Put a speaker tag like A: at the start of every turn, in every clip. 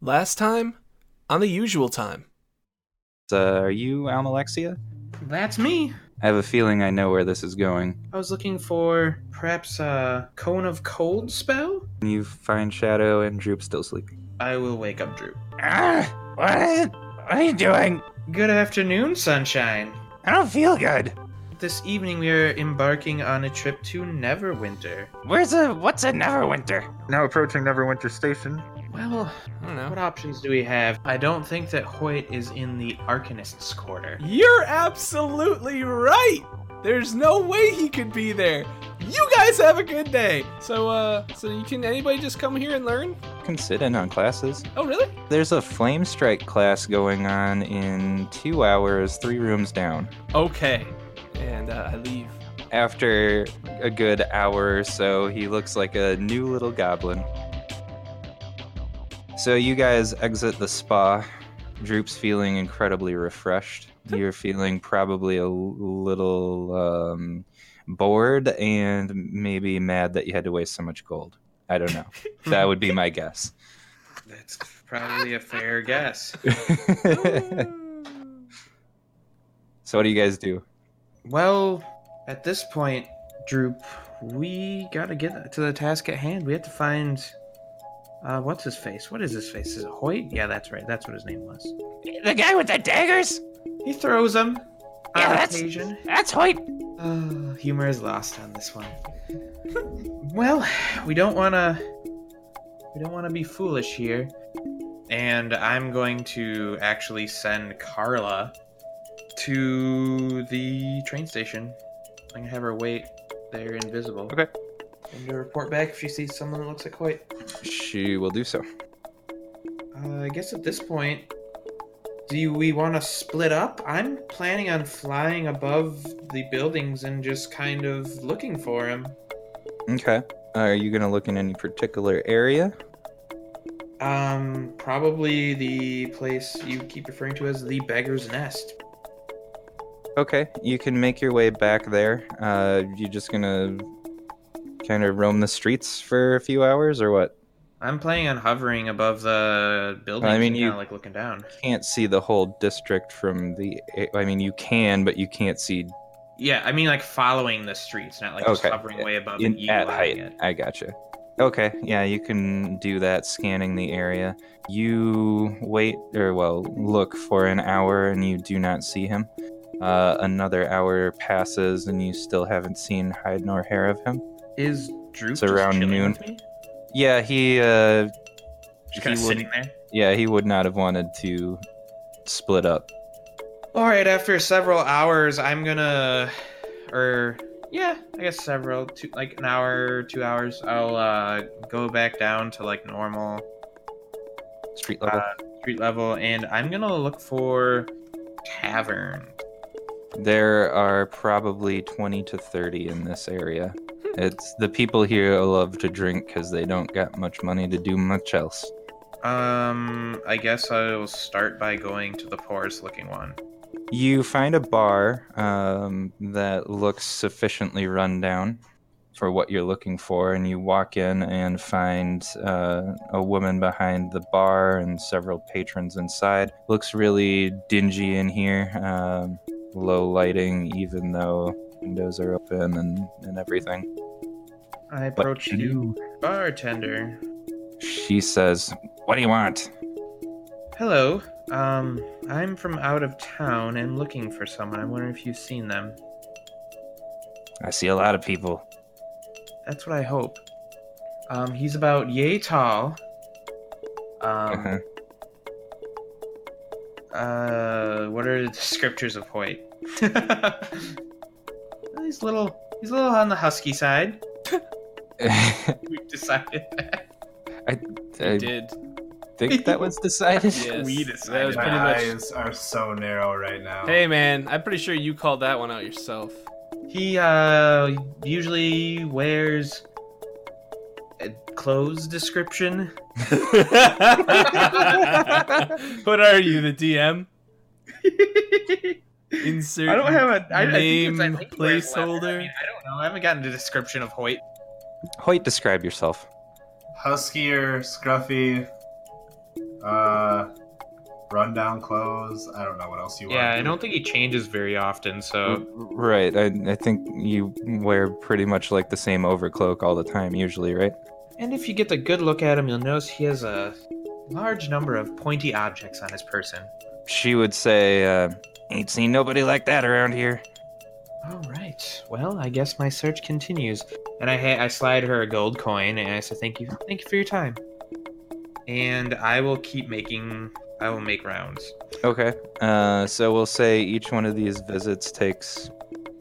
A: Last time, on the usual time.
B: Uh, are you Almalexia?
C: That's me.
B: I have a feeling I know where this is going.
C: I was looking for perhaps a cone of cold spell.
B: Can you find Shadow and Droop still sleeping?
C: I will wake up Drew.
B: Ah! What? What are you doing?
C: Good afternoon, sunshine.
B: I don't feel good.
C: This evening we are embarking on a trip to Neverwinter.
B: Where's a what's a Neverwinter?
D: Now approaching Neverwinter Station.
C: Well,
A: I don't know.
C: what options do we have? I don't think that Hoyt is in the Arcanist's quarter.
A: You're absolutely right! There's no way he could be there! You guys have a good day! So, uh, so you can anybody just come here and learn?
B: Can sit in on classes.
A: Oh, really?
B: There's a flame strike class going on in two hours, three rooms down.
A: Okay. And uh, I leave.
B: After a good hour or so, he looks like a new little goblin. So you guys exit the spa. Droop's feeling incredibly refreshed. You're feeling probably a l- little um, bored and maybe mad that you had to waste so much gold. I don't know. that would be my guess.
C: That's probably a fair guess.
B: so what do you guys do?
C: Well, at this point, Droop, we gotta get to the task at hand. We have to find. Uh, what's his face? What is his face? Is it Hoyt? Yeah, that's right. That's what his name was.
E: The guy with the daggers?
C: He throws them
E: Yeah,
C: on
E: that's-
C: occasion.
E: That's Hoyt.
C: Uh, humor is lost on this one. well, we don't want to we don't want to be foolish here. And I'm going to actually send Carla to the train station. I'm going to have her wait there invisible.
B: Okay.
C: And to report back if she sees someone that looks like Hoyt.
B: She will do so.
C: Uh, I guess at this point, do we want to split up? I'm planning on flying above the buildings and just kind of looking for him.
B: Okay. Are you gonna look in any particular area?
C: Um, probably the place you keep referring to as the beggar's nest.
B: Okay, you can make your way back there. Uh, you just gonna kind of roam the streets for a few hours, or what?
C: I'm planning on hovering above the buildings.
B: I mean,
C: and
B: you-
C: kinda, like looking down.
B: Can't see the whole district from the. I mean, you can, but you can't see
C: Yeah, I mean like following the streets, not like just
B: Okay.
C: hovering way above and
B: in, at height.
C: eagle-eyeing it.
B: I gotcha. Okay, yeah, you can do that. Scanning the area, you wait or well, look for an hour, and you do not see him. Uh, another hour passes, and you still haven't seen hide nor hair of him.
C: Is Droop
B: It's
C: just
B: around
C: chilling
B: noon.
C: with me?
B: Yeah, he uh,
C: Just kind of
B: He would-
C: sitting there.
B: Yeah, he would not have wanted to split up.
C: All right, after several hours, I'm gonna, or yeah, I guess several, two, like an hour, two hours. I'll uh, go back down to like normal
B: Street level.
C: uh, street level, and I'm gonna look for tavern.
B: there are probably 20 to 30 in this area. It's the people here love to drink because they don't got much money to do much else.
C: Um, I guess I will start by going to the poorest looking one.
B: You find a bar um, that looks sufficiently run down for what you're looking for, and you walk in and find uh, a woman behind the bar and several patrons inside. Looks really dingy in here, um, low lighting, even though windows are open and, and everything.
C: I
B: What
C: approach
B: you
C: the bartender.
B: She says, What do you want?
C: Hello. Um, I'm from out of town and looking for someone. I wonder if you've seen them.
B: I see a lot of people.
C: That's what I hope. Um, he's about yay tall.
B: Uh-huh.
C: Um, uh, what are the descriptors of Hoyt? he's a little. He's a little on the husky side.
B: I
C: We've decided that.
A: did.
B: think that was decided.
A: Yes.
C: We
A: That was
C: decided.
A: pretty
D: My
A: much.
D: eyes are so narrow right now.
A: Hey, man, I'm pretty sure you called that one out yourself.
C: He uh usually wears a clothes description.
A: what are you, the DM? Insert.
C: I don't have a I, I
A: Name,
C: think it's, I think he wears leather.
A: placeholder.
C: I, mean, I don't know. I haven't gotten a description of Hoyt.
B: Hoyt, describe yourself.
D: Huskier, scruffy, Uh, rundown clothes. I don't know what else you want.
C: Yeah, I don't think he changes very often, so
B: Right. I, I think you wear pretty much like the same overcloak all the time, usually, right?
C: And if you get a good look at him, you'll notice he has a large number of pointy objects on his person.
B: She would say, uh, Ain't seen nobody like that around here.
C: All right. Well, I guess my search continues, and I ha- I slide her a gold coin, and I say thank you, thank you for your time. And I will keep making. I will make rounds.
B: Okay. Uh, so we'll say each one of these visits takes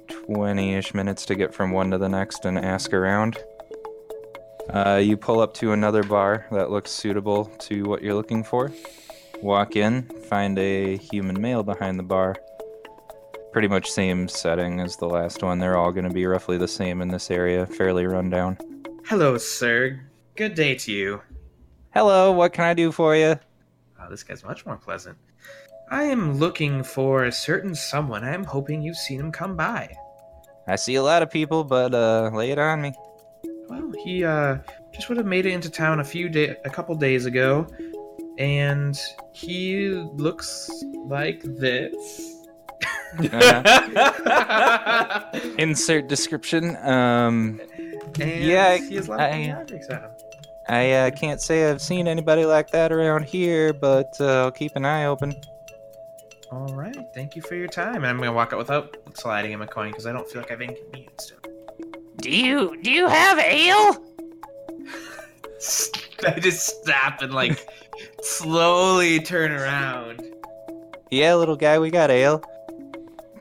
B: 20 ish minutes to get from one to the next and ask around. Uh, you pull up to another bar that looks suitable to what you're looking for. Walk in, find a human male behind the bar. Pretty much same setting as the last one. They're all going to be roughly the same in this area, fairly rundown.
C: Hello, sir. Good day to you.
B: Hello, what can I do for you?
C: Wow, this guy's much more pleasant. I am looking for a certain someone. I am hoping you've seen him come by.
B: I see a lot of people, but uh, lay it on me.
C: Well, he uh, just would have made it into town a few day, a couple days ago, and he looks like this.
B: Uh,
C: and
B: insert description. Um, Yeah,
C: he has a lot
B: I-
C: of funny objects on him.
B: I uh, can't say I've seen anybody like that around here, but uh, I'll keep an eye open.
C: All right, thank you for your time. And I'm gonna walk out without sliding him a coin because I don't feel like I've inconvenienced him.
E: Do you do you have ale?
C: I just stop and like slowly turn around.
B: Yeah, little guy, we got ale.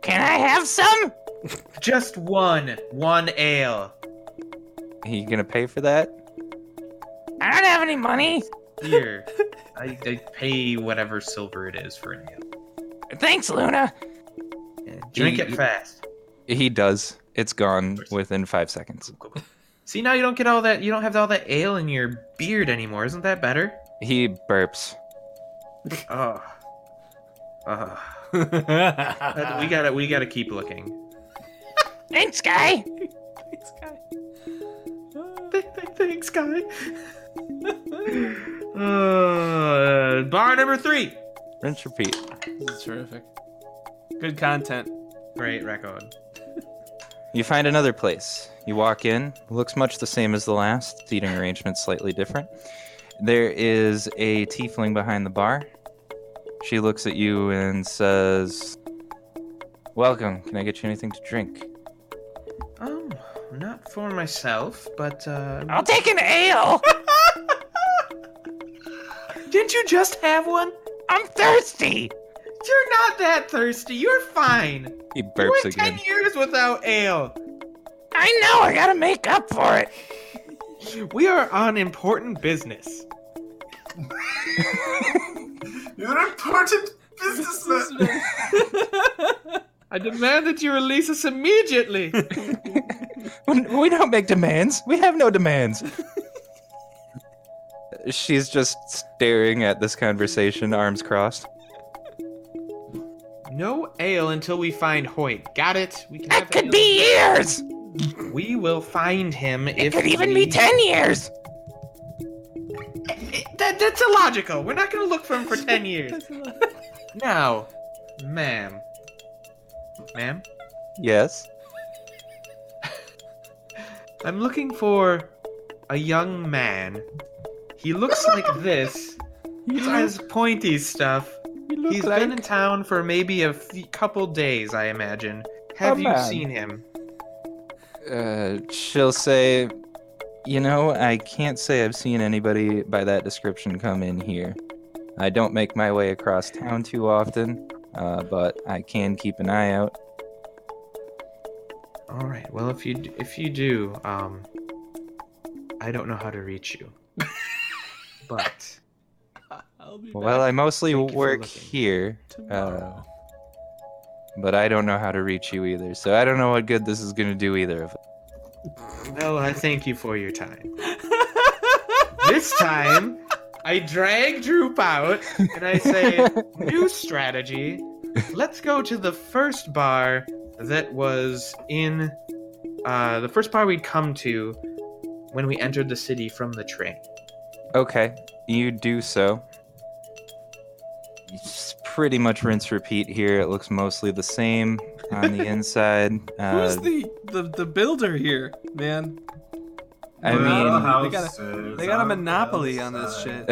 E: Can I have some?
C: Just one, one ale.
B: Are you gonna pay for that?
E: I don't have any money.
C: Here, I, I pay whatever silver it is for an ale.
E: Thanks, Luna.
C: Yeah, Drink
B: He-
C: it fast.
B: He does. It's gone within five seconds.
C: See, now you don't get all that. You don't have all that ale in your beard anymore. Isn't that better?
B: He burps.
C: Oh. Uh, we
B: Ah.
C: gotta, we gotta keep looking.
E: Thanks, guy.
A: Thanks, guy.
C: Thanks, guy. uh, bar number three.
B: Rinse, repeat.
A: This is terrific. Good content.
C: Great record.
B: You find another place. You walk in. Looks much the same as the last. Seating arrangement slightly different. There is a tiefling behind the bar. She looks at you and says, "Welcome. Can I get you anything to drink?"
C: Um, not for myself, but uh,
E: I'll take an ale.
C: didn't you just have one?
E: I'm thirsty.
C: You're not that thirsty. You're fine.
B: He
C: You
B: burps
C: went
B: again.
C: ten years without ale.
E: I know. I gotta make up for it.
C: We are on important business.
D: You're an important businessman.
C: I demand that you release us immediately.
B: We we don't make demands. We have no demands. She's just staring at this conversation, arms crossed.
C: no ale until we find Hoyt. Got it? We can
E: That
C: have
E: could
C: ale.
E: be years.
C: We will find him
E: It
C: if
E: could even
C: we-
E: be ten years.
C: That, that's illogical. We're not going to look for him for 10 years. now, ma'am. Ma'am?
B: Yes.
C: I'm looking for a young man. He looks like this. He has pointy stuff. He's been in town for maybe a f- couple days, I imagine. Have you
B: man.
C: seen him?
B: Uh, she'll say, You know, I can't say I've seen anybody by that description come in here. I don't make my way across town too often, uh, but I can keep an eye out.
C: All right. Well, if you d- if you do, um, I don't know how to reach you, but
A: I'll be
B: Well, uh, I mostly
C: Thank you for
B: work
C: looking.
B: here.
A: tomorrow.
B: but I don't know how to reach you either. So I don't know what good this is going to do either of us.
C: well, I thank you for your time. This time, I drag Droop out and I say, "New strategy. Let's go to the first bar that was in uh, the first bar we'd come to when we entered the city from the train."
B: Okay, you do so. it's pretty much rinse repeat here. It looks mostly the same on the inside. Uh,
A: Who's the, the the builder here, man?
B: I mean-
A: they got they got a monopoly on this shit.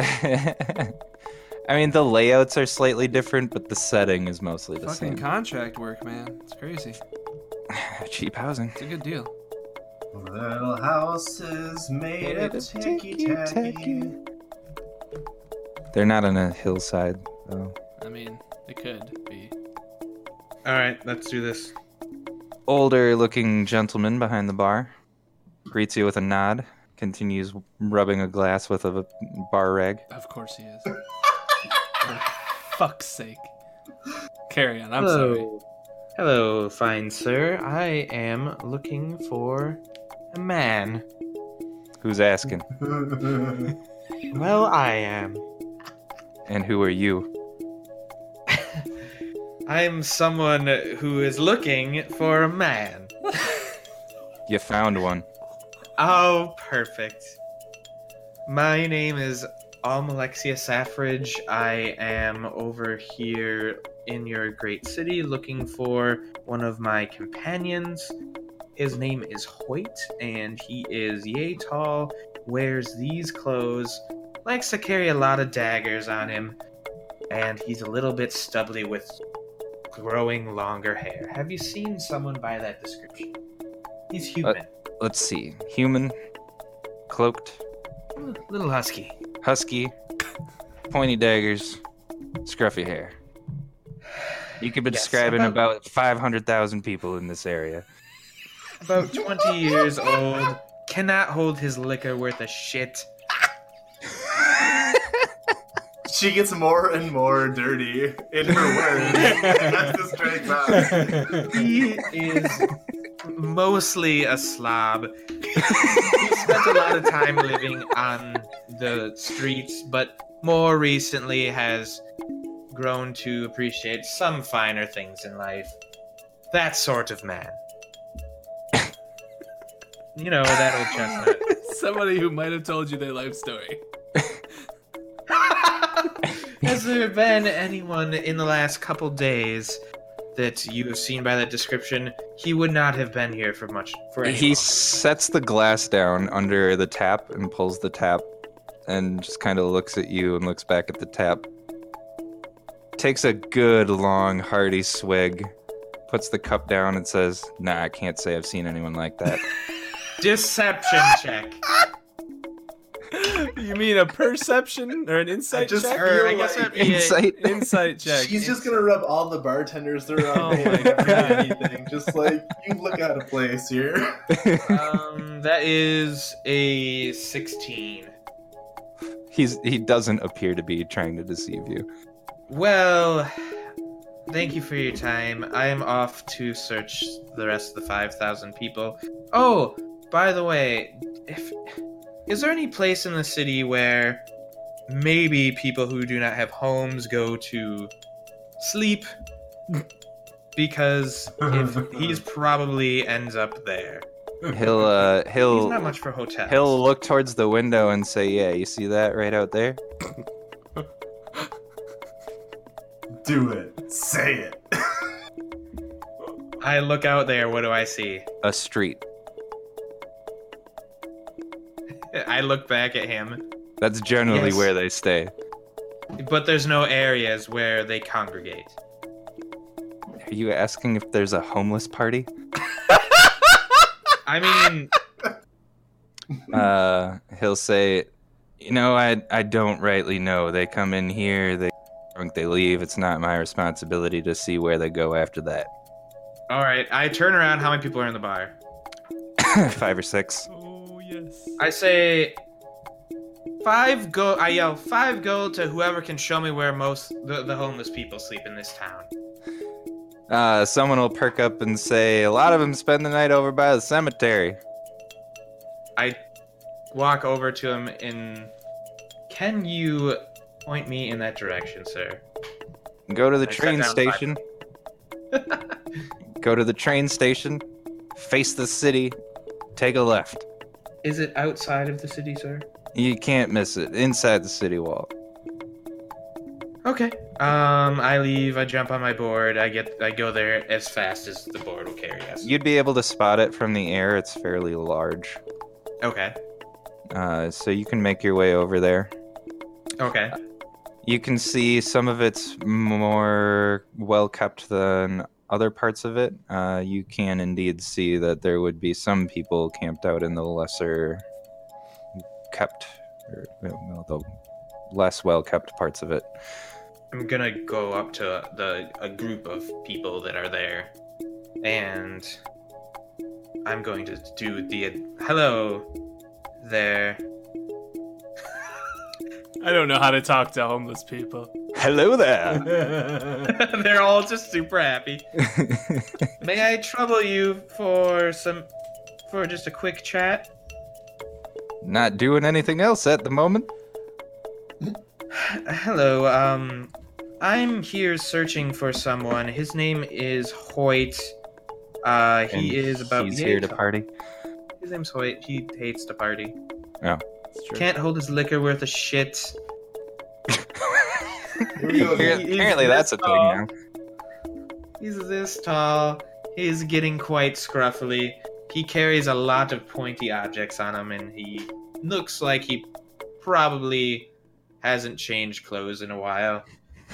B: I mean, the layouts are slightly different, but the setting is mostly the
A: Fucking
B: same.
A: contract work, man. It's crazy.
B: Cheap housing.
A: It's a good deal.
D: Little house is made of ticky tacky.
B: They're not on a hillside, though.
A: I mean, it could be.
C: All right, let's do this.
B: Older looking gentleman behind the bar greets you with a nod, continues rubbing a glass with a bar rag.
A: Of course he is. For fuck's sake. Carry on. I'm sorry.
C: Hello. Hello, fine sir. I am looking for a man.
B: Who's asking?
C: Well, I am.
B: And who are you?
C: I'm someone who is looking for a man.
B: You found one.
C: Oh, perfect. My name is Almalexia Saffridge. I am over here in your great city looking for one of my companions. His name is Hoyt, and he is yay tall, wears these clothes, likes to carry a lot of daggers on him, and he's a little bit stubbly with growing longer hair. Have you seen someone by that description? He's human.
B: Let's see. Human, cloaked,
C: Little husky.
B: husky, pointy daggers, scruffy hair. You could be
C: Yes,
B: describing
C: about-
B: about 500,000 people in this area.
C: About 20 years old. Cannot hold his liquor worth a shit.
D: she gets more and more dirty in her words as this drags out.
C: He is mostly a slob. he spent a lot of time living on the streets, but more recently has grown to appreciate some finer things in life. That sort of man. You know, that old chestnut.
A: Somebody who might have told you their life story.
C: Has there been anyone in the last couple days that you have seen by that description? He would not have been here for much. For any
B: He
C: longer.
B: sets the glass down under the tap and pulls the tap and just kind of looks at you and looks back at the tap. Takes a good, long, hearty swig, puts the cup down and says, Nah, I can't say I've seen anyone like that.
C: deception check.
A: You mean a perception or an insight
D: I just
A: check?
D: heard-
C: Or
D: You're
C: I guess
D: like-
C: that'd be a-
B: Insight.
A: Insight check.
D: She's just gonna rub all the bartenders they're
A: Oh
D: on
A: my
B: God.
D: anything. Just like you look out of place here.
C: um, that is a sixteen.
B: He's he doesn't appear to be trying to deceive you.
C: Well, thank you for your time. I am off to search the rest of the 5,000 people. Oh, by the way, if is there any place in the city where maybe people who do not have homes go to sleep? Because if he's probably ends up there.
B: He'll uh
C: He's
B: he'll
C: not much for hotels.
B: he'll look towards the window and say, "Yeah, you see that right out there?
D: Do it. Say it.
C: I look out there. What do I see?
B: A street.
C: I look back at him,
B: That's generally
C: Yes.
B: where they stay.
C: but there's no areas where they congregate.
B: Are you asking if there's a homeless party?"
C: I mean,
B: uh, he'll say, "You know, I I don't rightly know. They come in here, they drunk, they leave. It's not my responsibility to see where they go after that.
C: All right, I turn around. How many people are in the bar?
B: Five or six.
A: Oh yes.
C: I say five go. I yell five gold to whoever can show me where most the, the homeless people sleep in this town.
B: Uh, someone will perk up and say, a lot of them spend the night over by the cemetery.
C: I walk over to him and can you point me in that direction, sir?
B: Go to the
C: I set
B: train
C: down five.
B: station. go to the train station. Face the city. Take a left.
C: Is it outside of the city, sir?
B: You can't miss it. Inside the city wall.
C: Okay. Um, I leave. I jump on my board. I get. I go there as fast as the board will carry us.
B: You'd be able to spot it from the air. It's fairly large.
C: Okay.
B: Uh, so you can make your way over there.
C: Okay.
B: You can see some of it's more well kept than other parts of it. Uh, you can indeed see that there would be some people camped out in the lesser kept, or well, the less well kept parts of it.
C: I'm gonna go up to the a group of people that are there, and I'm going to do the hello there.
A: I don't know how to talk to homeless people.
B: Hello there.
C: They're all just super happy. May I trouble you for some, for just a quick chat?
B: Not doing anything else at the moment.
C: Hello. Um, I'm here searching for someone. His name is Hoyt. Uh, he
B: And
C: is about.
B: He's
C: yay
B: here to
C: tall.
B: party.
C: His name's Hoyt. He hates to party.
A: It's true.
C: Can't hold his liquor worth a shit.
B: Appar-
C: He is
B: Apparently, that's a
C: this
B: thing now.
C: He's this tall. He's getting quite scruffly. He carries a lot of pointy objects on him, and he looks like he probably hasn't changed clothes in a while.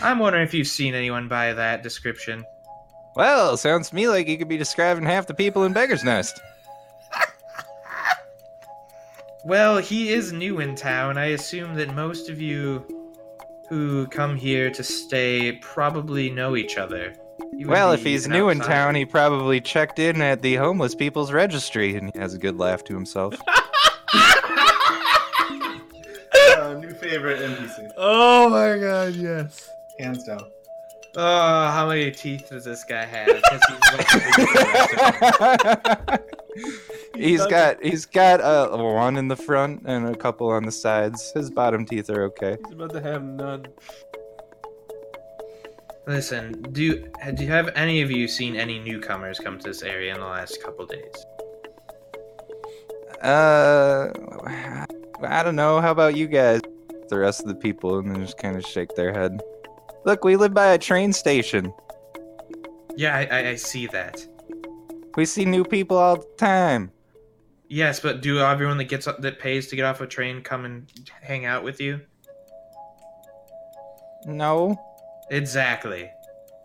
C: I'm wondering if you've seen anyone by that description.
B: Well, sounds to me like you could be describing half the people in Beggar's Nest.
C: Well, he is new in town. I assume that most of you who come here to stay probably know each other. You would
B: Well, if
C: be
B: he's
C: an
B: new in
C: outsider.
B: town, he probably checked in at the homeless people's registry and he has a good laugh to himself.
D: Uh, new favorite NPC,
A: Oh my god, yes.
D: hands down.
C: Oh, how many teeth does this guy have? 'Cause he's like a big collector.
B: he's
A: doesn't-
B: got he's got uh, one in the front and a couple on the sides. His bottom teeth are okay.
A: He's about to have none.
C: Listen, do do you have any of you seen any newcomers come to this area in the last couple days?
B: Uh, I don't know. How about you guys? The rest of the people and they just kind of shake their head. Look, we live by a train station.
C: Yeah, I, I, I see that.
B: We see new people all the time.
C: Yes, but do everyone that gets up, that pays to get off a train come and hang out with you?
B: No,
C: Exactly.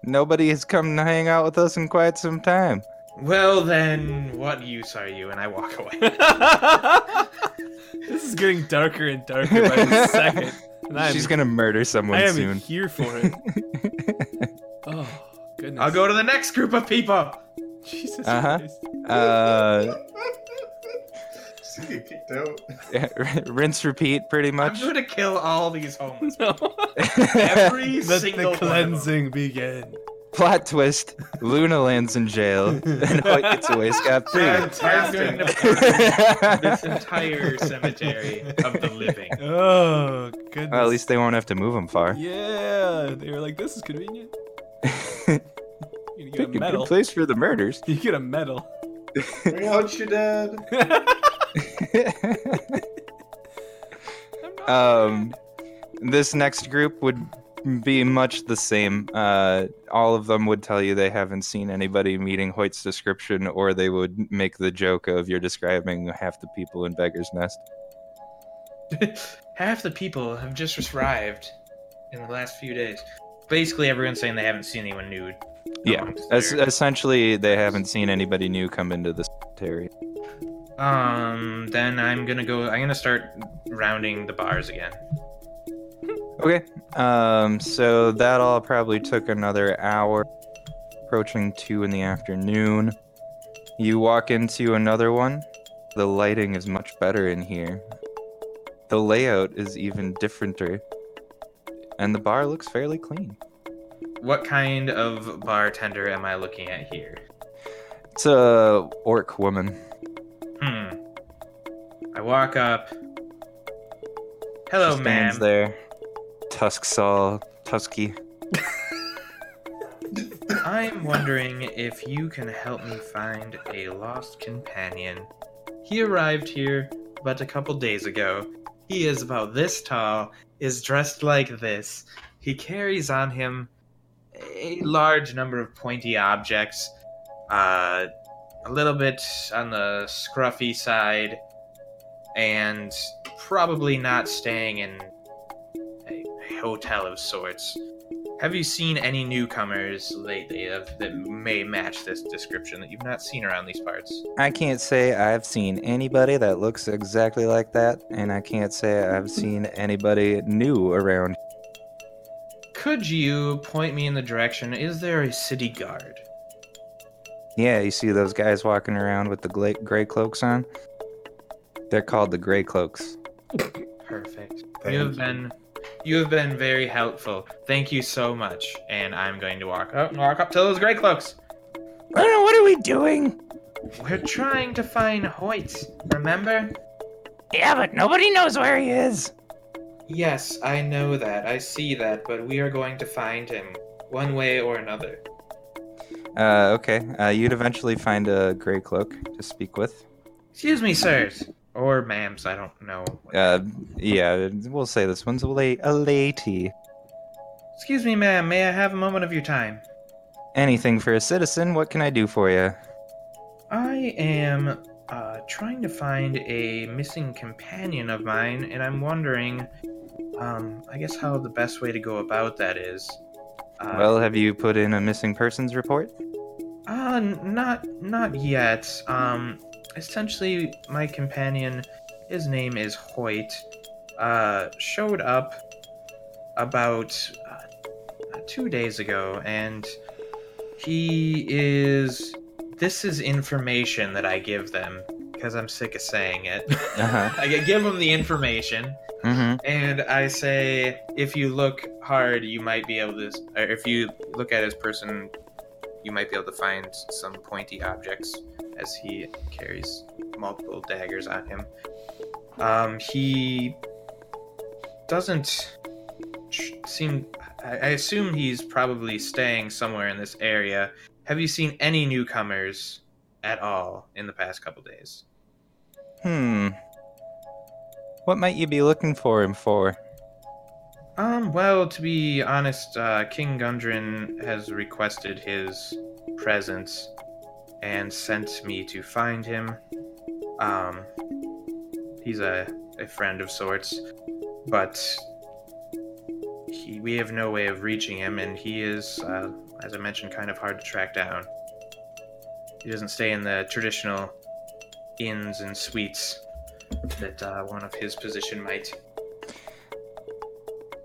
B: nobody has come to hang out with us in quite some time.
C: Well then, what use are you? And I walk away.
A: this is getting darker and darker by the second. And I'm,
B: She's gonna murder
A: I
B: someone
A: am
B: soon.
A: here for it. oh, goodness.
C: I'll go to the next group of people.
A: Jesus
B: Uh-huh.
A: Christ.
B: Uh,
D: She's getting kicked out.
B: rinse, repeat, pretty
C: I'm
B: much.
C: going to kill all these homeless.
A: No.
C: Every
A: Let
C: single
A: the cleansing begin.
B: Plot twist: Luna lands in jail, and Hoyt gets away scot free.
C: One of them. I'm going to burn this entire cemetery of the living.
A: Oh, goodness.
B: well, at least they won't have to move him far.
A: Yeah, they were like, this is convenient. You get
B: Pick
A: a
B: a good
A: medal.
B: place for the murders.
A: You get a medal.
D: Bring out your dad.
C: Uh,
B: um, this next group would be much the same. Uh, all of them would tell you they haven't seen anybody meeting Hoyt's description, or they would make the joke of you're describing half the people in Beggar's Nest.
C: Half the people have just arrived in the last few days. Basically, everyone's saying they haven't seen anyone nude. Oh,
B: Yeah,
C: amongst
B: es-
C: their-
B: essentially, they haven't seen anybody new come into the cemetery.
C: Um. Then I'm gonna go. I'm gonna start rounding the bars again.
B: Okay. Um, so that all probably took another hour, approaching two in the afternoon. You walk into another one. The lighting is much better in here. The layout is even differenter. And the bar looks fairly clean.
C: What kind of bartender am I looking at here?
B: It's a orc woman.
C: Hmm. I walk up.
B: She
C: Hello, ma'am.
B: stands there. Tusks all tusky.
C: I'm wondering if you can help me find a lost companion. He arrived here but a couple days ago. He is about this tall, is dressed like this, He carries on him a large number of pointy objects, uh, a little bit on the scruffy side, and probably not staying in a a hotel of sorts. Have you seen any newcomers lately of, that may match this description that you've not seen around these parts?
B: I can't say I've seen anybody that looks exactly like that, and I can't say I've seen anybody new around.
C: Could you point me in the direction? Is there a city guard?
B: Yeah, you see those guys walking around with the gla- gray cloaks on? They're called the gray cloaks.
C: Perfect.
D: Thank
C: you have been you have been very helpful. Thank you so much. And I'm going to walk up walk up to those gray cloaks.
E: Luna, what are we doing?
C: We're trying to find Hoyt, remember?
E: Yeah, but nobody knows where he is.
C: Yes, I know that. I see that, but we are going to find him one way or another.
B: Uh, okay, uh, you'd eventually find a gray cloak to speak with.
C: Excuse me, sirs. Or ma'ams, I don't know.
B: Uh, yeah, we'll say this one's a, la- a lady.
C: Excuse me, ma'am, may I have a moment of your time?
B: Anything for a citizen, what can I do for you?
C: I am uh, trying to find a missing companion of mine, and I'm wondering, um, I guess how the best way to go about that is. Uh,
B: Well, have you put in a missing persons report?
C: uh, n- not not yet. Um, essentially, my companion, his name is Hoyt, uh, showed up about uh, two days ago, and he is. This is information that I give them because I'm sick of saying it.
B: Uh huh.
C: I give them the information,
B: Mm-hmm.
C: and I say, if you look hard, you might be able to. Or if you look at his person, you might be able to find some pointy objects as he carries multiple daggers on him. Um, he doesn't tr- seem. I I assume he's probably staying somewhere in this area. Have you seen any newcomers at all in the past couple days?
B: Hmm. What might you be looking for him for?
C: Um, well, to be honest, uh, King Gundren has requested his presence and sent me to find him. Um, he's a, a friend of sorts, but he, we have no way of reaching him, and he is, uh, as I mentioned, kind of hard to track down. He doesn't stay in the traditional inns and suites that uh, one of his position might.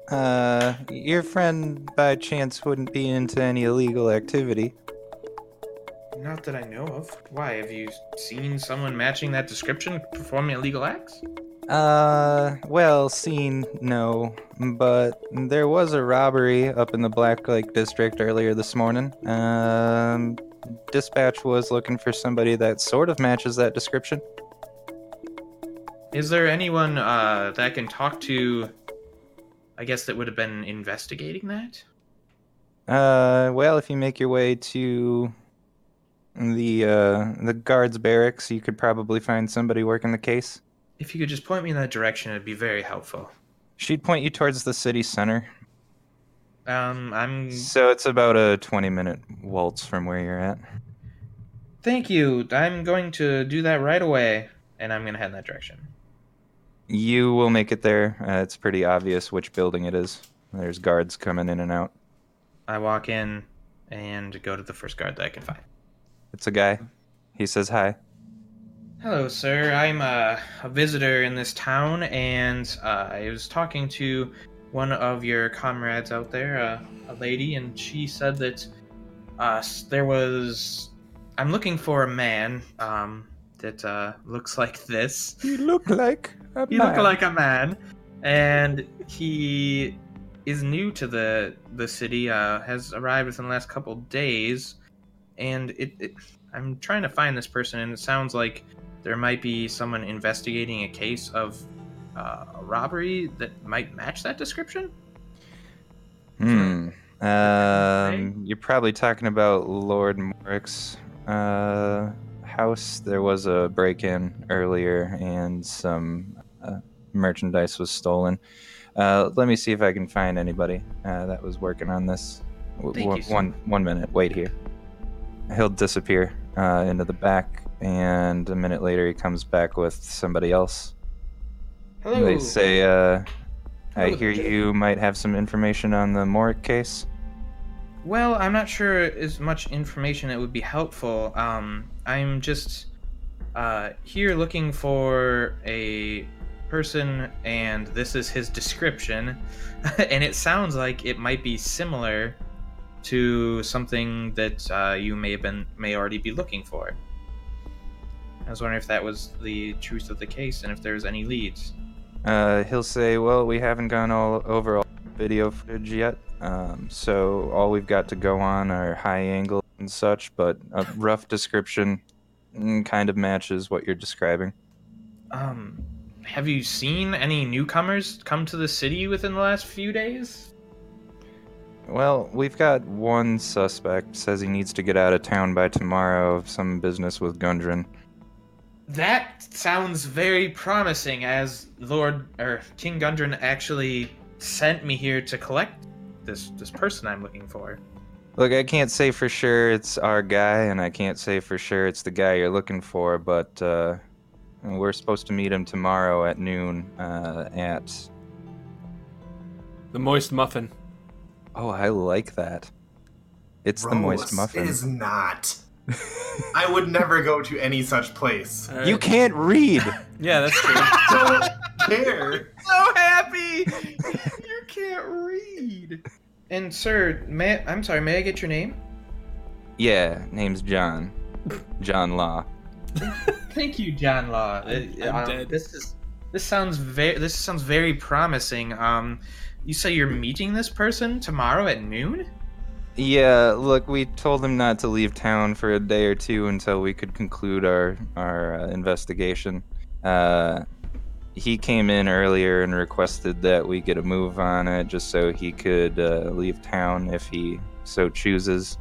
B: Uh, your friend by chance wouldn't be into any illegal activity.
C: Not that I know of. Why? Have you seen someone matching that description performing illegal acts?
B: Uh, well, seen, no. But there was a robbery up in the Black Lake District earlier this morning. Um, dispatch was looking for somebody that sort of matches that description.
C: Is there anyone uh, that I can talk to? I guess that would have been investigating that.
B: Uh, well, if you make your way to the uh the guards barracks, you could probably find somebody working the case.
C: If you could just point me in that direction, it'd be very helpful.
B: She'd point you towards the city center.
C: Um, I'm.
B: So it's about a 20 minute waltz from where you're at.
C: Thank you. I'm going to do that right away, and I'm gonna head in that direction.
B: You will make it there. Uh, it's pretty obvious which building it is. There's guards coming in and out.
C: I walk in and go to the first guard that I can find.
B: It's a guy. He says hi.
C: Hello, sir. I'm a, a visitor in this town, and uh, I was talking to one of your comrades out there, uh, a lady, and she said that uh, s- there was. I'm looking for a man um, that uh, looks like this.
B: You look like a
C: You look like a man, and he is new to the the city. Uh, has arrived within the last couple days, and it, it. I'm trying to find this person, and it sounds like there might be someone investigating a case of uh, a robbery that might match that description.
B: Hmm.
C: Right?
B: Um, you're probably talking about Lord Morrick's uh, house. There was a break in earlier and some uh, merchandise was stolen. Uh, let me see if I can find anybody uh, that was working on this. W-
C: Thank
B: one-
C: you, sir.
B: one- one minute. Wait here. He'll disappear uh, into the back, and a minute later he comes back with somebody else.
C: Hello.
B: They say, uh, "I
C: Hello,
B: hear
C: Jim."
B: you might have some information on the Morick case."
C: Well, I'm not sure as much information it would be helpful. Um, I'm just uh, here looking for a person, and this is his description. and it sounds like it might be similar to something that uh, you may have been may already be looking for. I was wondering if that was the truth of the case and if there's any leads.
B: Uh, he'll say, "Well, we haven't gone all over all video footage yet, um, so all we've got to go on are high angles and such, but a rough description mm, kind of matches what you're describing."
C: Um, have you seen any newcomers come to the city within the last few days?
B: Well, we've got one suspect says he needs to get out of town by tomorrow of some business with Gundren.
C: That sounds very promising, as Lord or King Gundren actually sent me here to collect this this person I'm looking for.
B: Look, I can't say for sure it's our guy, and I can't say for sure it's the guy you're looking for, but uh, we're supposed to meet him tomorrow at noon uh, at.
A: The moist muffin.
B: Oh, I like that. It's the moist
D: Gross.
B: muffin.
D: It is not. I would never go to any such place.
A: All right.
B: You can't read.
A: Yeah, that's true.
D: Don't care.
C: So happy! you can't read. And sir, may I'm sorry, may I get your name?
B: yeah, name's John. John Law.
C: Thank you, John Law.
A: I'm-
C: Uh,
A: I'm
C: um,
A: dead.
C: This is this sounds very this sounds very promising. Um, you say you're meeting this person tomorrow at noon?
B: Yeah, look, we told him not to leave town for a day or two until we could conclude our our uh, investigation. Uh, he came in earlier and requested that we get a move on it, just so he could uh, leave town if he so chooses.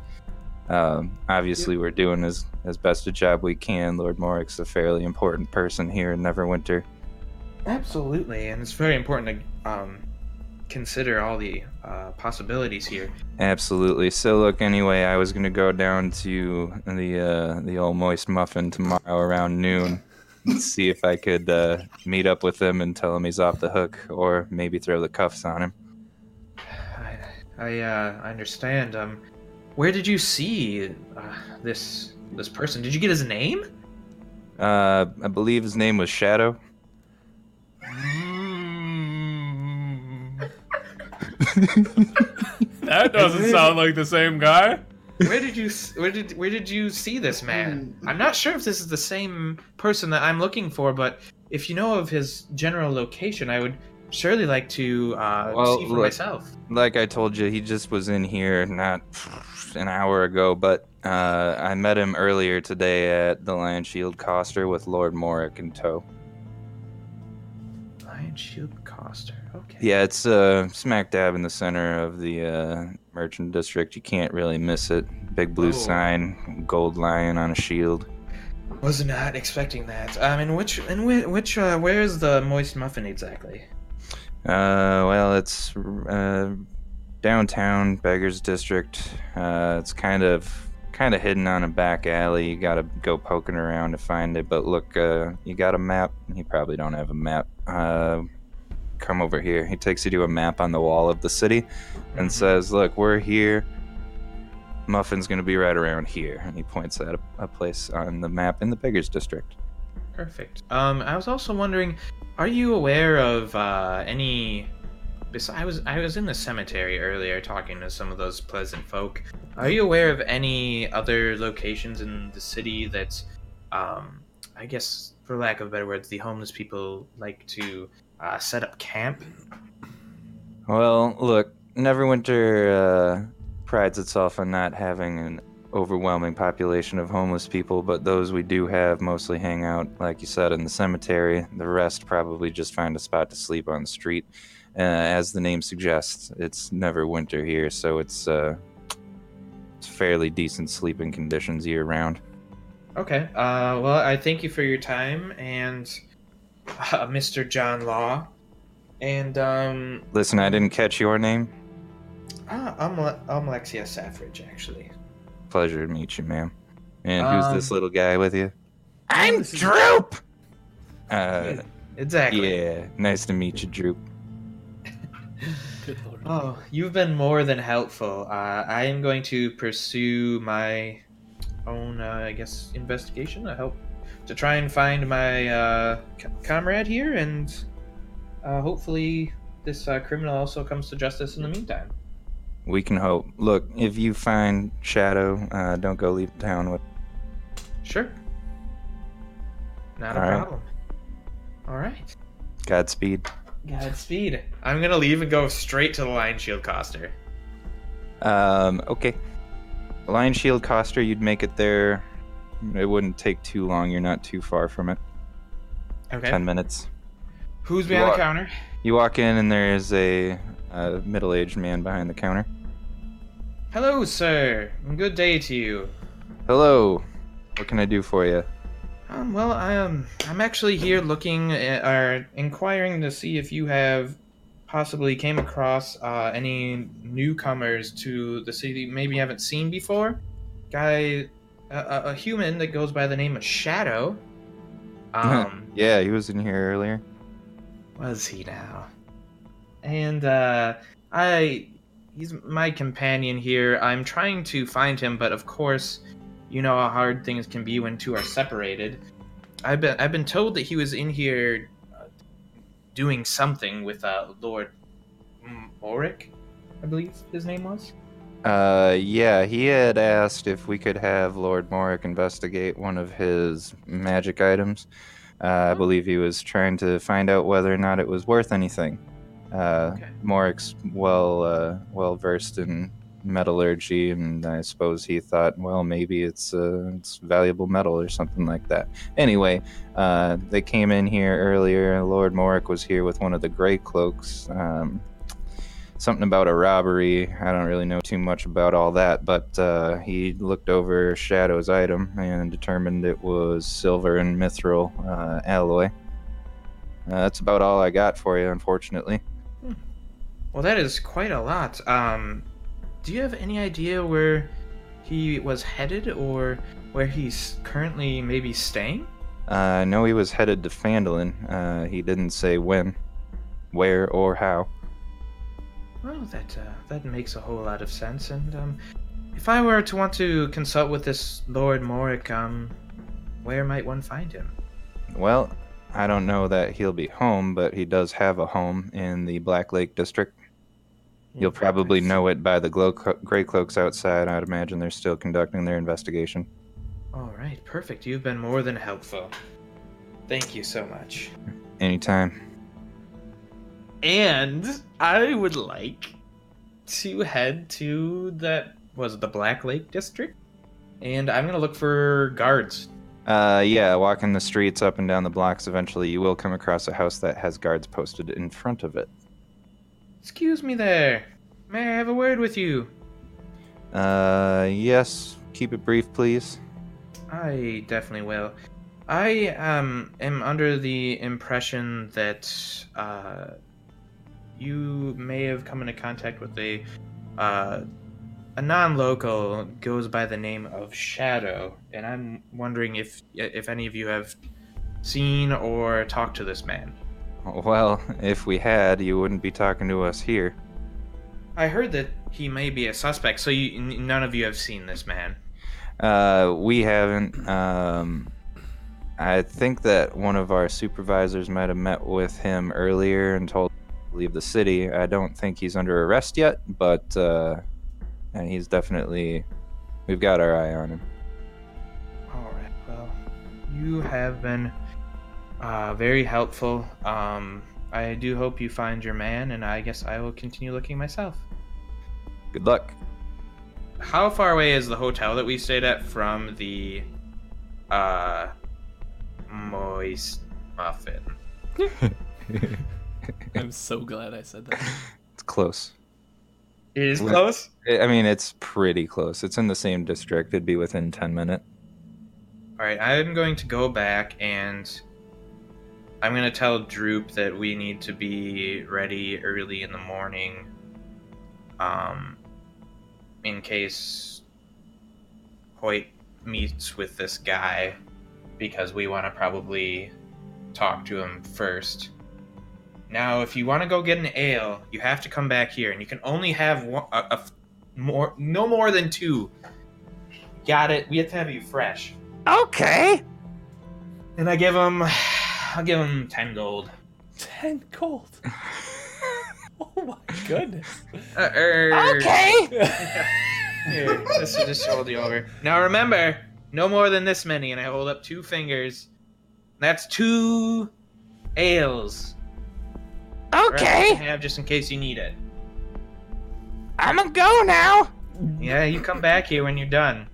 B: Um, obviously, we're doing as as best a job we can. Lord Morrick's a fairly important person here in Neverwinter.
C: Absolutely, and it's very important to um, consider all the uh, possibilities here.
B: Absolutely. So look, anyway, I was gonna go down to the uh, the old moist muffin tomorrow around noon, and see if I could uh, meet up with him and tell him he's off the hook, or maybe throw the cuffs on him.
C: I, I, uh, I understand. Um, where did you see uh, this this person? Did you get his name?
B: Uh, I believe his name was Shadow.
A: That doesn't sound like the same guy.
C: Where did you s- where did where did you see this man? I'm not sure if this is the same person that I'm looking for, but if you know of his general location, I would surely like to uh,
B: Well,
C: see for
B: look,
C: myself.
B: Like I told you, he just was in here not an hour ago, but uh, I met him earlier today at the Lion Shield Coster with Lord Morrick in tow.
C: Lion Shield Coster. Okay.
B: Yeah, it's uh, smack dab in the center of the uh, merchant district. You can't really miss it. Big blue
C: Oh.
B: sign, gold lion on a shield.
C: Was not expecting that. Um, in which, in which, which uh, where is the moist muffin exactly?
B: Uh, well, it's uh, downtown beggars district. Uh, it's kind of kind of hidden on a back alley. You gotta go poking around to find it. But look, uh, you got a map. You probably don't have a map. Uh, come over here. He takes you to a map on the wall of the city. and says, "Look, we're here. Muffin's gonna be right around here." And he points at a, a place on the map in the Beggars District.
C: Perfect. Um, I was also wondering, are you aware of uh, any? bes- I was I was in the cemetery earlier talking to some of those pleasant folk. Are you aware of any other locations in the city that, um, I guess for lack of better words, the homeless people like to uh, set up camp?
B: Well, look, Neverwinter uh, prides itself on not having an overwhelming population of homeless people, but those we do have mostly hang out, like you said, in the cemetery. The rest probably just find a spot to sleep on the street. Uh, as the name suggests, it's never winter here, so it's uh, it's fairly decent sleeping conditions year round.
C: Okay. Uh, well, I thank you for your time and uh, Mr. John Law. And um,
B: Listen, I didn't catch your name.
C: ah, I'm Le- I'm Lexia Safridge actually.
B: Pleasure to meet you, ma'am. And who's this
C: Um,
B: little guy with you?
E: I'm
C: This is-
E: Droop.
B: Uh,
C: Exactly.
B: yeah, nice to meet you, Droop.
A: Good lord.
C: Oh, you've been more than helpful. Uh, I am going to pursue my own, uh, I guess, investigation. I hope to try and find my uh, c- comrade here, and uh, hopefully, this uh, criminal also comes to justice in the meantime.
B: We can hope. Look, if you find Shadow, uh, don't go leave town with.
C: Sure. Not a
B: All right.
C: problem. All right.
B: Godspeed.
C: Godspeed. I'm gonna leave and go straight to the Lion Shield Coster.
B: Um, okay. Lion Shield Coster, you'd make it there. It wouldn't take too long. You're not too far from it.
C: Okay.
B: Ten minutes.
C: Who's
B: You
C: behind the
B: are-
C: counter?
B: You walk in, and there is a, a middle-aged man behind the counter.
C: Hello, sir. Good day to you.
B: Hello. What can I do for you?
C: Um, well, I um, I'm actually here looking at, or inquiring to see if you have possibly came across uh, any newcomers to the city maybe you haven't seen before. Guy, a, a, a human that goes by the name of Shadow.
B: Uh-huh.
C: Um,
B: Yeah, he was in here earlier.
C: was he now? And uh, I, he's my companion here. I'm trying to find him, but of course, you know how hard things can be when two are separated. I've been I've been told that he was in here uh, doing something with uh, Lord M- Oric, I believe his name was.
B: Uh, yeah, he had asked if we could have Lord Morik investigate one of his magic items. Uh, I believe he was trying to find out whether or not it was worth anything. Uh,
C: Okay.
B: Morik's well uh, well versed in metallurgy, and I suppose he thought, well, maybe it's uh, it's valuable metal or something like that. Anyway, uh, they came in here earlier. Lord Morik was here with one of the gray cloaks. Um, something about a robbery. I don't really know too much about all that, but uh, he looked over Shadow's item and determined it was silver and mithril uh, alloy. Uh, that's about all I got for you, unfortunately.
C: Well, that is quite a lot. Um, do you have any idea where he was headed or where he's currently maybe staying?
B: Uh, I know he was headed to Fandolin. Uh, he didn't say when, where, or how.
C: Well, that uh, that makes a whole lot of sense. And um, if I were to want to consult with this Lord Morik, um, where might one find him?
B: Well, I don't know that he'll be home, but he does have a home in the Black Lake district. You'll probably know it by the glow clo- gray cloaks outside. I'd imagine they're still conducting their investigation.
C: All right, perfect. You've been more than helpful. Thank you so much.
B: Anytime.
C: And I would like to head to that was it the Black Lake district, and I'm gonna look for guards.
B: Uh, yeah, walking the streets up and down the blocks, eventually you will come across a house that has guards posted in front of it.
C: Excuse me there. May I have a word with you?
B: Uh, yes, keep it brief, please.
C: I definitely will. I um am under the impression that uh, you may have come into contact with a uh, a non-local goes by the name of Shadow, and I'm wondering if if any of you have seen or talked to this man.
B: Well, if we had, you wouldn't be talking to us here.
C: I heard that he may be a suspect, so you, n- none of you have seen this man.
B: Uh, we haven't. Um, I think that one of our supervisors might have met with him earlier and told him to leave the city. I don't think he's under arrest yet, but uh, and he's definitely. We've got our eye on him.
C: All right. Well, you have been uh, very helpful. Um, I do hope you find your man, and I guess I will continue looking myself.
B: Good luck.
C: How far away is the hotel that we stayed at from the uh, moist muffin?
A: I'm so glad I said that.
B: It's close.
C: It is
B: What?
C: close.
B: I I mean, it's pretty close. It's in the same district. It'd be within ten minutes.
C: All right. I'm going to go back and I'm gonna tell Droop that we need to be ready early in the morning, um, in case Hoyt meets with this guy, because we want to probably talk to him first. Now, if you want to go get an ale, you have to come back here, and you can only have one, a, a f- more, no more than two. Got it. We have to have you fresh.
E: Okay.
C: And I give him, I'll give him ten gold.
A: Ten gold. oh my goodness.
C: Uh, er,
E: Okay.
C: Here, this will just hold you over. Now remember, no more than this many, and I hold up two fingers. That's two ales. for us to
E: Okay.
C: Have just in case you need it.
E: I'm gonna go now.
C: Yeah, you come back here when you're done.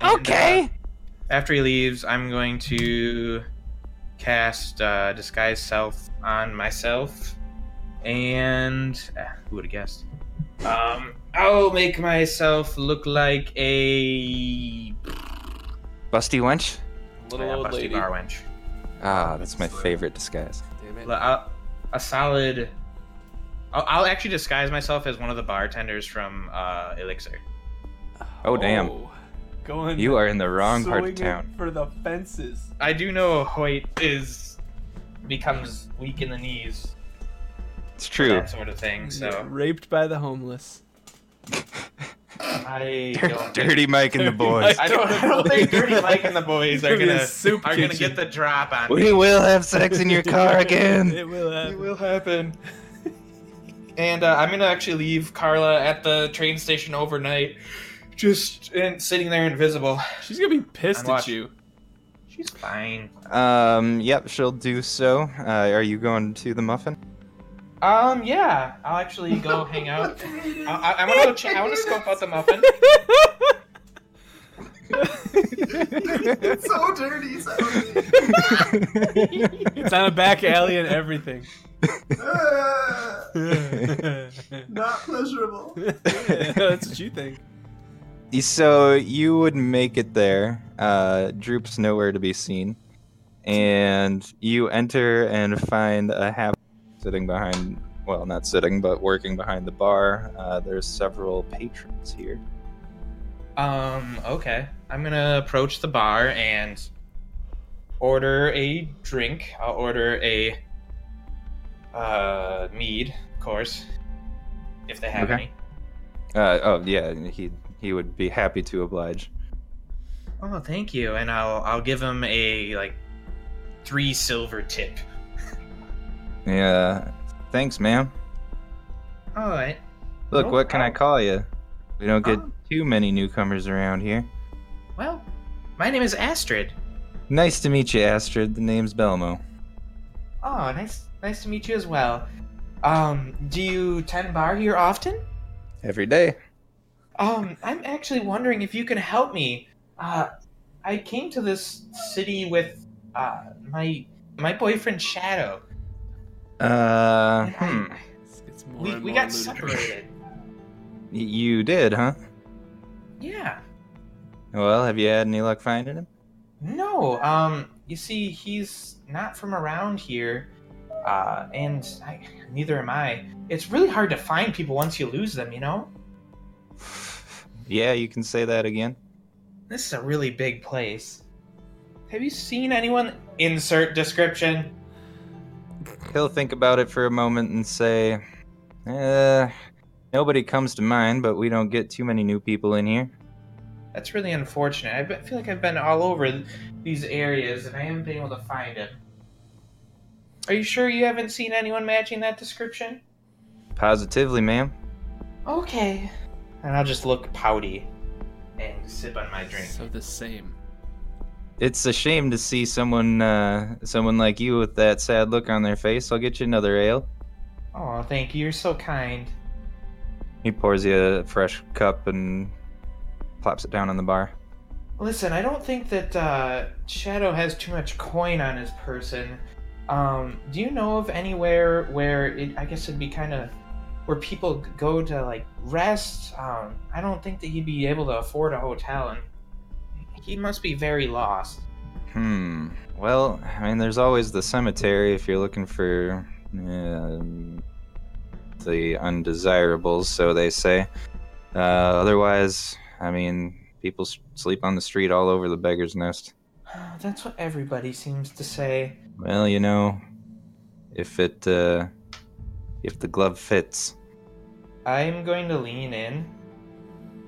C: And, uh,
E: Okay.
C: After he leaves, I'm going to cast uh, disguise self on myself, and ah, who would have guessed? Um, I'll make myself look like a
B: Busty wench?
A: Little
C: yeah,
A: old
C: busty
A: lady.
C: bar wench,
B: Ah, that's my favorite disguise.
A: Damn
C: L- a, a solid. I'll, I'll actually disguise myself as one of the bartenders from uh, Elixir.
B: Oh, damn.
A: Going
B: You are in the wrong part of
A: swinging
B: town.
A: For the fences.
C: I do know Hoyt is becomes weak in the knees,
B: It's true.
C: that sort of thing. So.
A: Raped by the homeless.
C: I don't think,
B: Dirty Mike and the boys.
C: I don't, I don't think Dirty Mike and the boys are
A: Give me a
C: gonna
A: soup
C: are gonna
A: kitchen.
C: get the drop on.
B: We will have sex in your car again.
A: it will happen.
C: will happen. And uh, I'm gonna actually leave Carla at the train station overnight, just and sitting there invisible.
A: She's gonna be pissed
C: I'm
A: at
C: watching.
A: you.
C: She's fine.
B: Um, yep, she'll do so. Uh, are you going to the muffin?
C: Um, yeah, I'll actually go hang out. I, I, I wanna go. Ch- I wanna scope out the muffin.
D: it's so dirty sounding.
A: It's on a back alley and everything.
D: Ah,
A: That's
D: Not pleasurable.
A: what you think.
B: so you would make it there. Uh, Droop's nowhere to be seen, and you enter and find a half sitting behind. Well, not sitting, but working behind the bar. Uh, there's several patrons here.
C: Um, okay. I'm gonna approach the bar and order a drink. I'll order a uh mead, of course. If they have
B: Okay.
C: any.
B: Uh, oh yeah, he he would be happy to oblige.
C: Oh, thank you. And I'll I'll give him a like three silver tip.
B: Yeah, thanks, ma'am.
C: Alright.
B: Look,
C: No
B: what can I call you? We don't get
C: Oh.
B: too many newcomers around here.
C: Well, my name is Astrid.
B: Nice to meet you, Astrid. The name's Belmo.
C: Oh, nice nice to meet you as well. Um, do you tend bar here often?
B: Every day.
C: Um, I'm actually wondering if you can help me. Uh, I came to this city with uh, my my boyfriend Shadow.
B: Uh,
C: and I-
B: hmm.
C: I-
A: It's, it's more
C: we
A: and
C: we
A: more
C: got
A: ludicrous.
C: separated.
B: Y- You did, huh?
C: Yeah.
B: Well, have you had any luck finding him?
C: No. Um, you see, he's not from around here, uh, and I, neither am I. It's really hard to find people once you lose them. You know,
B: Yeah, you can say that again.
C: this is a really big place. Have you seen anyone? Insert description.
B: He'll think about it for a moment and say, uh, nobody comes to mind, but we don't get too many new people in here.
C: That's really unfortunate. I be- feel like I've been all over th- these areas and I haven't been able to find him. Are you sure you haven't seen anyone matching that description?
B: Positively, ma'am.
C: Okay. And I'll just look pouty and sip on my drink.
A: So the same.
B: It's a shame to see someone, uh, someone like you with that sad look on their face. I'll get you another ale.
C: Oh, thank you. You're so kind.
B: He pours you a fresh cup and plops it down on the bar.
C: Listen, I don't think that uh, Shadow has too much coin on his person. Um, do you know of anywhere where it, I guess it'd be kind of where people g- go to like rest? Um, I don't think that he'd be able to afford a hotel, and he must be very lost.
B: Hmm. Well, I mean, there's always the cemetery if you're looking for um, the undesirables, so they say. Uh, otherwise, I mean, people s- sleep on the street all over the beggar's nest.
C: That's what everybody seems to say.
B: Well, you know, if it uh, if the glove fits.
C: I'm going to lean in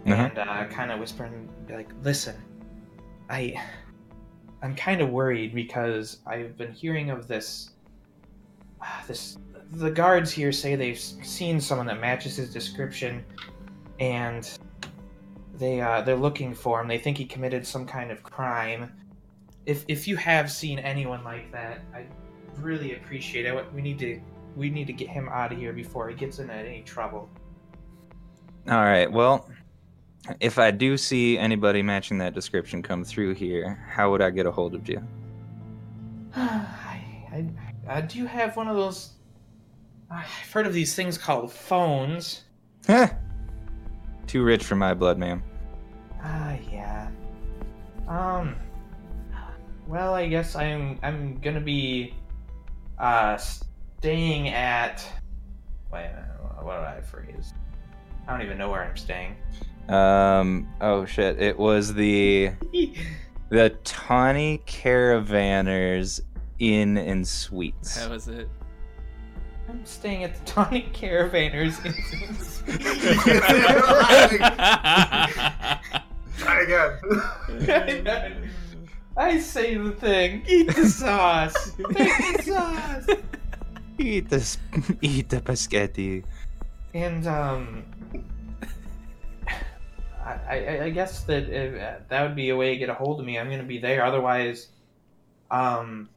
B: Uh-huh.
C: and uh, kind of whisper and be like, "Listen, I, I'm kind of worried because I've been hearing of this. ah, This the guards here say they've s- seen someone that matches his description, and they uh, they're looking for him. They think he committed some kind of crime. If if you have seen anyone like that, I really appreciate it. We need to." We need to get him out of here before he gets into any trouble.
B: All right. Well, if I do see anybody matching that description come through here, how would I get a hold of you?
C: I, I, I do have one of those. I've heard of these things called phones.
B: Heh. Too rich for my blood, ma'am.
C: Ah, yeah. Um. Well, I guess I'm I'm gonna be, uh, staying at. Wait, a minute, what did I phrase? I don't even know where I'm staying.
B: Um. Oh shit! It was the the Tawny Caravanners Inn and Suites.
A: That was it.
C: I'm staying at the Tonic Caravaners.
D: Try again.
C: I say the thing. Eat the sauce. Take the sauce.
B: Eat the sp- eat the paschetti.
C: And um, I, I, I guess that if, uh, that would be a way to get a hold of me. I'm gonna be there. Otherwise, um,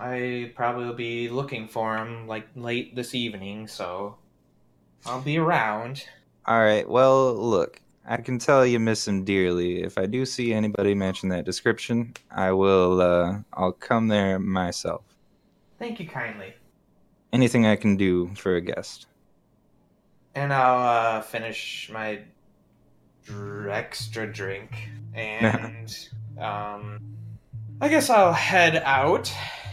C: I probably will be looking for him like late this evening. So I'll be around.
B: All right. Well, look. I can tell you miss him dearly. If I do see anybody matching that description, I will. Uh, I'll come there myself.
C: Thank you kindly.
B: Anything I can do for a guest.
C: And I'll uh, finish my dr- extra drink. And um, I guess I'll head out.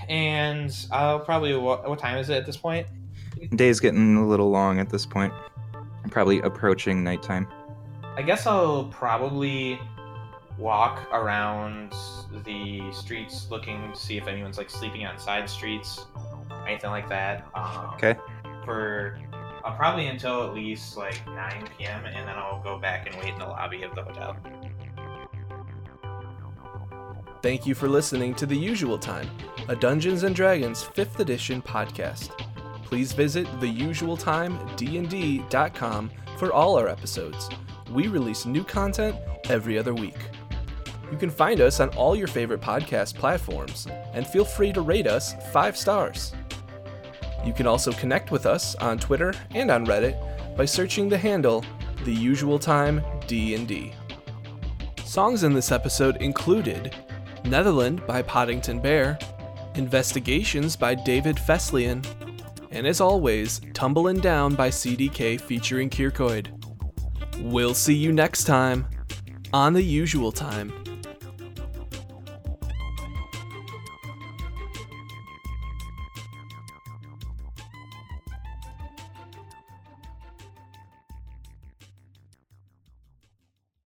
C: And I'll probably. What, what time is it at this point?
B: Day's getting a little long at this point. Probably approaching nighttime.
C: I guess I'll probably walk around the streets looking to see if anyone's like sleeping on side streets, anything like that. Um,
B: Okay.
C: For uh, probably until at least like 9 p.m., and then I'll go back and wait in the lobby of the hotel.
A: Thank you for listening to The Usual Time, a Dungeons and Dragons 5th edition podcast. Please visit theusualtimednd.com for all our episodes. We release new content every other week. You can find us on all your favorite podcast platforms and feel free to rate us 5 stars. You can also connect with us on Twitter and on Reddit by searching the handle theusualtimednd. Songs in this episode included Netherland by Poddington Bear, Investigations by David Feslian, and as always, Tumbling Down by CDK featuring Kirkoid. We'll see you next time on the usual time.